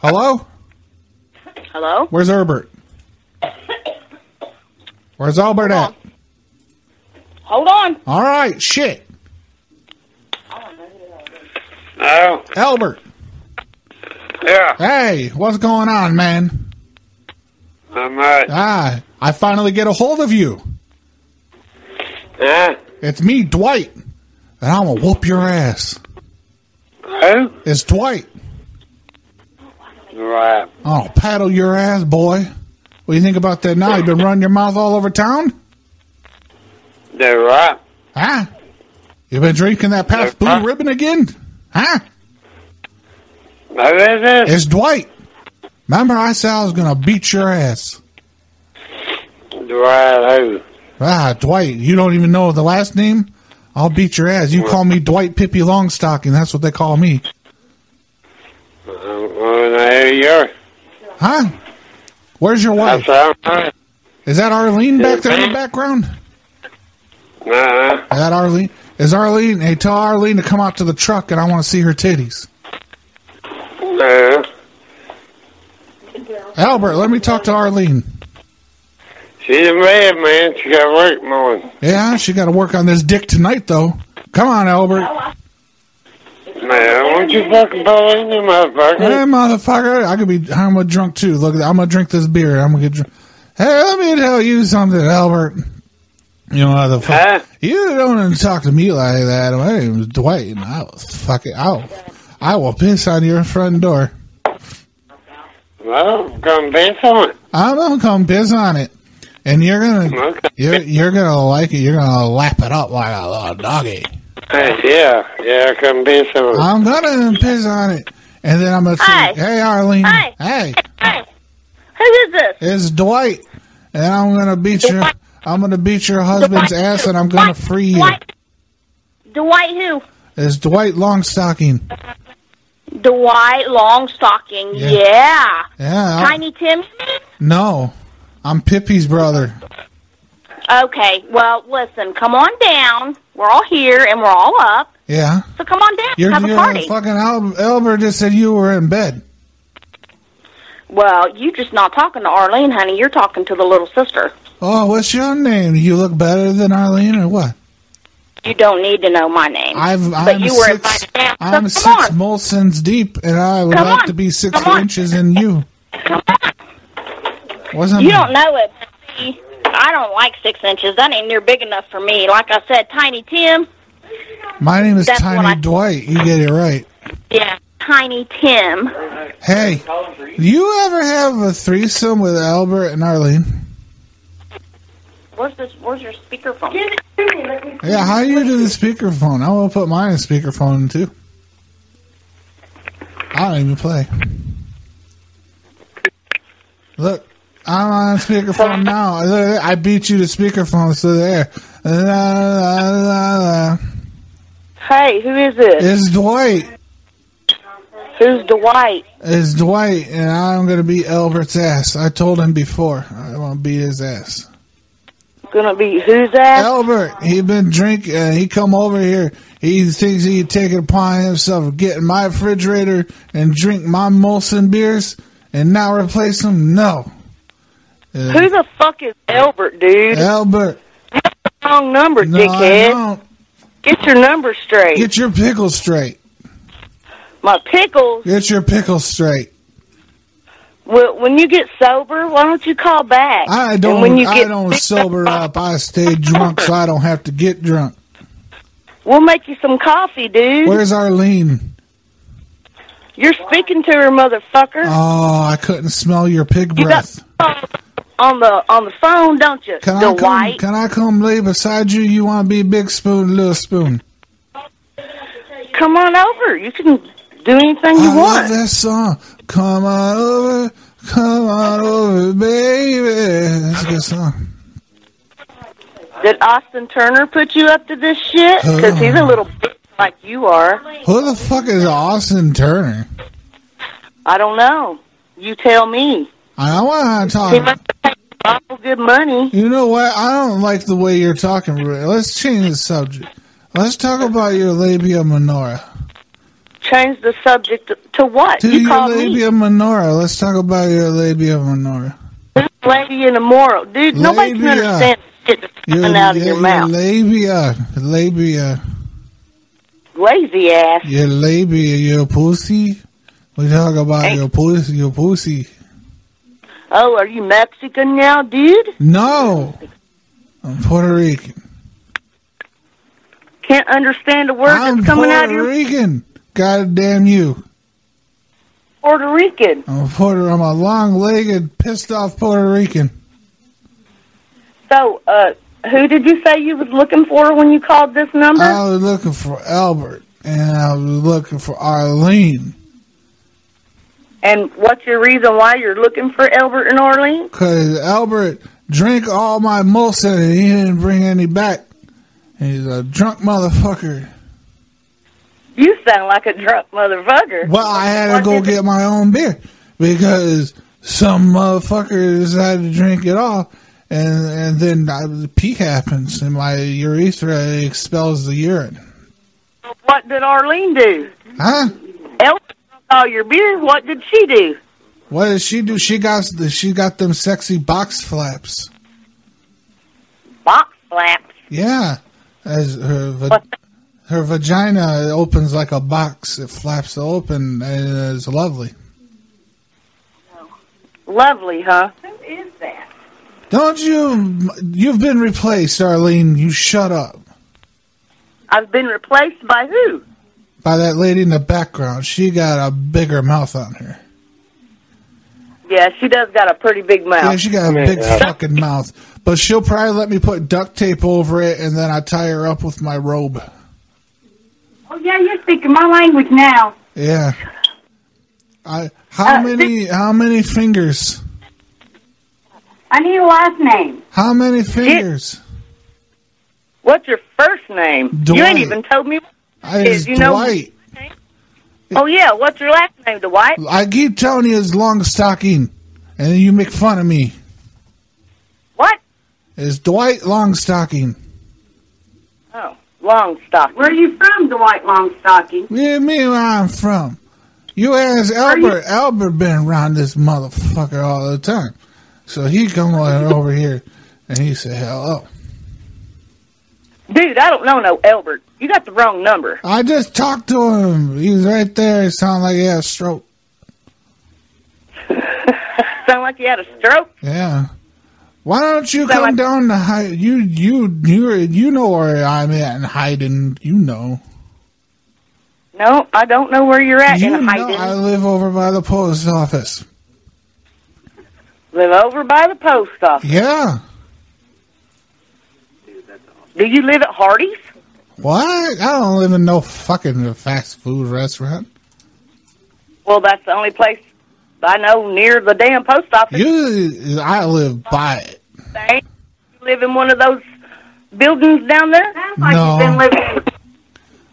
Hello? Hello? Where's Herbert? Where's Albert at? Hold on. All right, shit. Oh, Albert, yeah. hey, what's going on, man? I'm right. Ah, I finally get a hold of you. Yeah. It's me, Dwight, and I'm gonna whoop your ass. Who? It's Dwight. Right. I'll paddle your ass, boy. What do you think about that now? You've been running your mouth all over town? They're right. Huh? You been drinking that Pabst Blue Huh? Ribbon again? Huh? Who is this? It's Dwight. Remember, I said I was gonna beat your ass. Right, who? Ah, Dwight, you don't even know the last name? I'll beat your ass. You call me Dwight Pippi Longstocking. That's what they call me. I'm going to hear you. Huh? Where's your That's wife? all right. Is that Arlene back there in the background? Uh-huh. Is that Arlene? Is Arlene? Hey, tell Arlene to come out to the truck and I want to see her titties. Uh, Albert, let me talk to Arlene. she's a red man. She got work morning. Yeah, she got to work on this dick tonight, though. Come on, Albert. Man, won't you fucking believe me, Hey, motherfucker? motherfucker. I could be, I'm a drunk too. Look, I'm going to drink this beer. I'm going to get drunk. Hey, let me tell you something, Albert. You motherfucker. Huh? You don't even talk to me like that. My name's Dwight, and I was fucking. I will, I will piss on your front door. Well, come dance on it. I'm gonna come piss on it, and you're gonna Okay. you're, you're gonna like it. You're gonna lap it up like a little doggy. Hey, yeah, yeah, come dance on it. I'm gonna piss on it, and then I'm gonna say, Hi. "Hey, Arlene. Hi. Hey, Hey. Who is this? it's Dwight, and I'm gonna beat your Dwight. I'm gonna beat your husband's Dwight ass, who? and I'm gonna Dwight- free you." Dwight, Dwight who? It's Dwight Longstocking. Dwight Longstocking. Yeah. Yeah. Yeah. I'm- Tiny Tim? no, I'm Pippi's brother. Okay. Well, listen, come on down. We're all here and we're all up. Yeah. So come on down. You're, have a you're party. fucking Al- Albert just said you were in bed. Well, you just not talking to Arlene, honey. You're talking to the little sister. Oh, what's your name? You look better than Arlene, or what? You don't need to know my name. I've, but I'm you were six. invited down. I'm so six come on. Molsons deep, and I would Come like on. to be six Come on. inches in you. Come on. Wasn't You don't know it. but see, I don't like six inches. That ain't near big enough for me. Like I said, Tiny Tim. my name is That's Tiny what I- Dwight? You get it right. Yeah, Tiny Tim. Hey, do you ever have a threesome with Albert and Arlene? Where's this? Where's your speakerphone? Yeah, how do you do the speakerphone? I'm gonna put mine in speakerphone too. I don't even play. Look, I'm on speakerphone now. I- look, I beat you to speakerphone, so there. La, la, la, la. Hey, who is this? It's Dwight. Who's Dwight? It's Dwight, and I'm gonna beat Albert's ass. I told him before. I want to beat his ass. Gonna be who's that? Albert, he been drinking. Uh, he come over here. He thinks he can take it upon himself to get in my refrigerator and drink my Molson beers and not replace them. No, Uh, Who the fuck is Albert, dude? Albert, Wrong number, no, I dickhead. don't. Get your number straight. Get your pickles straight. My pickles. Get your pickles straight. Well, when you get sober, why don't you call back? I And don't. when you I get- don't sober up. I stay drunk, so I don't have to get drunk. We'll make you some coffee, dude. Where's Arlene? You're speaking to her, motherfucker. Oh, I couldn't smell your pig you got breath. on the on the phone, don't you, Uh, Can I come? Dwight? Can I come lay beside you? You want to be big spoon, little spoon? Come on over. You can do anything you I love want. that song. Come on over, come on over, baby. That's a good song. Did Austin Turner put you up to this shit? Because he's a little bitch like you are. Who the fuck is Austin Turner? I don't know. You tell me. I want to He talk. must have paid awful good money. You know what? I don't like the way you're talking. Let's change the subject. Let's talk about your labia minora. change the subject to what? To you your called me labia minora. Let's talk about your labia minora. lady in a moral. Dude, nobody can Labia. understand shit that's Your, coming out of la- your mouth. labia, labia, Lazy ass. your labia, your pussy. We talk about Hey. your pussy, your pussy. Oh, are you Mexican now, dude? No, I'm Puerto Rican. Can't understand a word I'm that's coming Puerto out of your Rican. God damn you! Puerto Rican. I'm a Puerto. I'm a long-legged, pissed-off Puerto Rican. So, uh, who did you say you was looking for when you called this number? I was looking for Albert, and I was looking for Arlene and what's your reason why you're looking for Albert and Orlean? because Albert drank all my Molson and he didn't bring any back. He's a drunk motherfucker. You sound like a drunk motherfucker. Well, I had to What go did- get my own beer because some motherfucker decided to drink it all, and and then I, the pee happens, and my urethra expels the urine. What did Arlene do? Huh? Albert drank all oh, your beer. What did she do? What did she do? She got the- she got them sexy box flaps. Box flaps. Yeah, as her va- What? her vagina opens like a box. It flaps open, and it's lovely. Lovely, huh? Don't you? You've been replaced, Arlene. You shut up. I've been replaced by who? by that lady in the background. She got a bigger mouth on her. Yeah, she does got a pretty big Yeah, mouth. she got a Yeah. big fucking mouth. But she'll probably let me put duct tape over it and then I tie her up with my robe. Oh yeah, you're speaking my language now. Yeah. I how Uh, many how many fingers? I need a last name. How many fingers? What's your first name? You Dwight. ain't even told me. I Is- it's you know- Dwight. Oh yeah, what's your last name, Dwight? I keep telling you it's long stocking and then you make fun of me. What? It's Dwight Longstocking. Oh, Longstock. Where are you from, Dwight Longstocking? Yeah, me where I'm from. You ask you- Albert. Albert been around this motherfucker all the time. So he come on over here and he said, hello. Dude, I don't know no Albert. You got the wrong number. I just talked to him. He was right there. It sounded like he had a stroke. Sound like you had a stroke. Yeah. Why don't you So come I- down to hide? You, you, you, you know where I'm at in hiding. You know. No, I don't know where you're at You in know Hayden. I live over by the post office. Live over by the post office. Yeah. Do you live at Hardy's? What? I don't live in no fucking fast food restaurant. Well, that's the only place I know near the damn post office. You, I live by it. thing. You live in one of those buildings down there? Sounds like No. you've been living.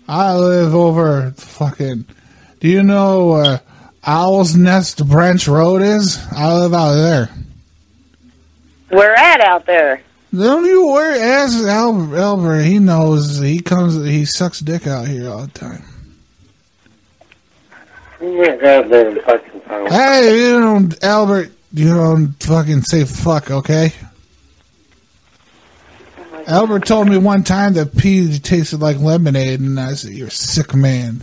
I live over fucking. Do you know where Owl's Nest Branch Road is? I live out there. Where at out there? Don't you worry. Ask Albert. Albert. He knows. He comes. He sucks dick out here all the time. Yeah, goddamn fucking phone. Hey, you don't, Albert. You don't fucking say fuck, okay? Albert told me one time that pee tasted like lemonade, and I said, "You're a sick man."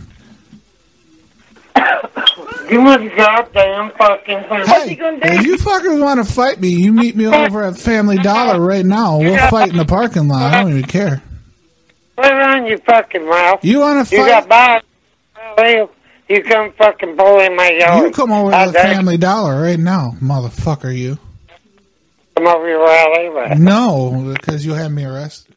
Give me the goddamn fucking phone. Hey, you gonna do? if you fuckers want to fight me, you meet me over at Family Dollar right now. We'll fight in the parking lot. I don't even care. Put it on your fucking mouth. You want to You got fight? by You come fucking pull in my yard. You come over I to the dare you Family Dollar right now, motherfucker. You Come over your alley. no, because you had me arrested.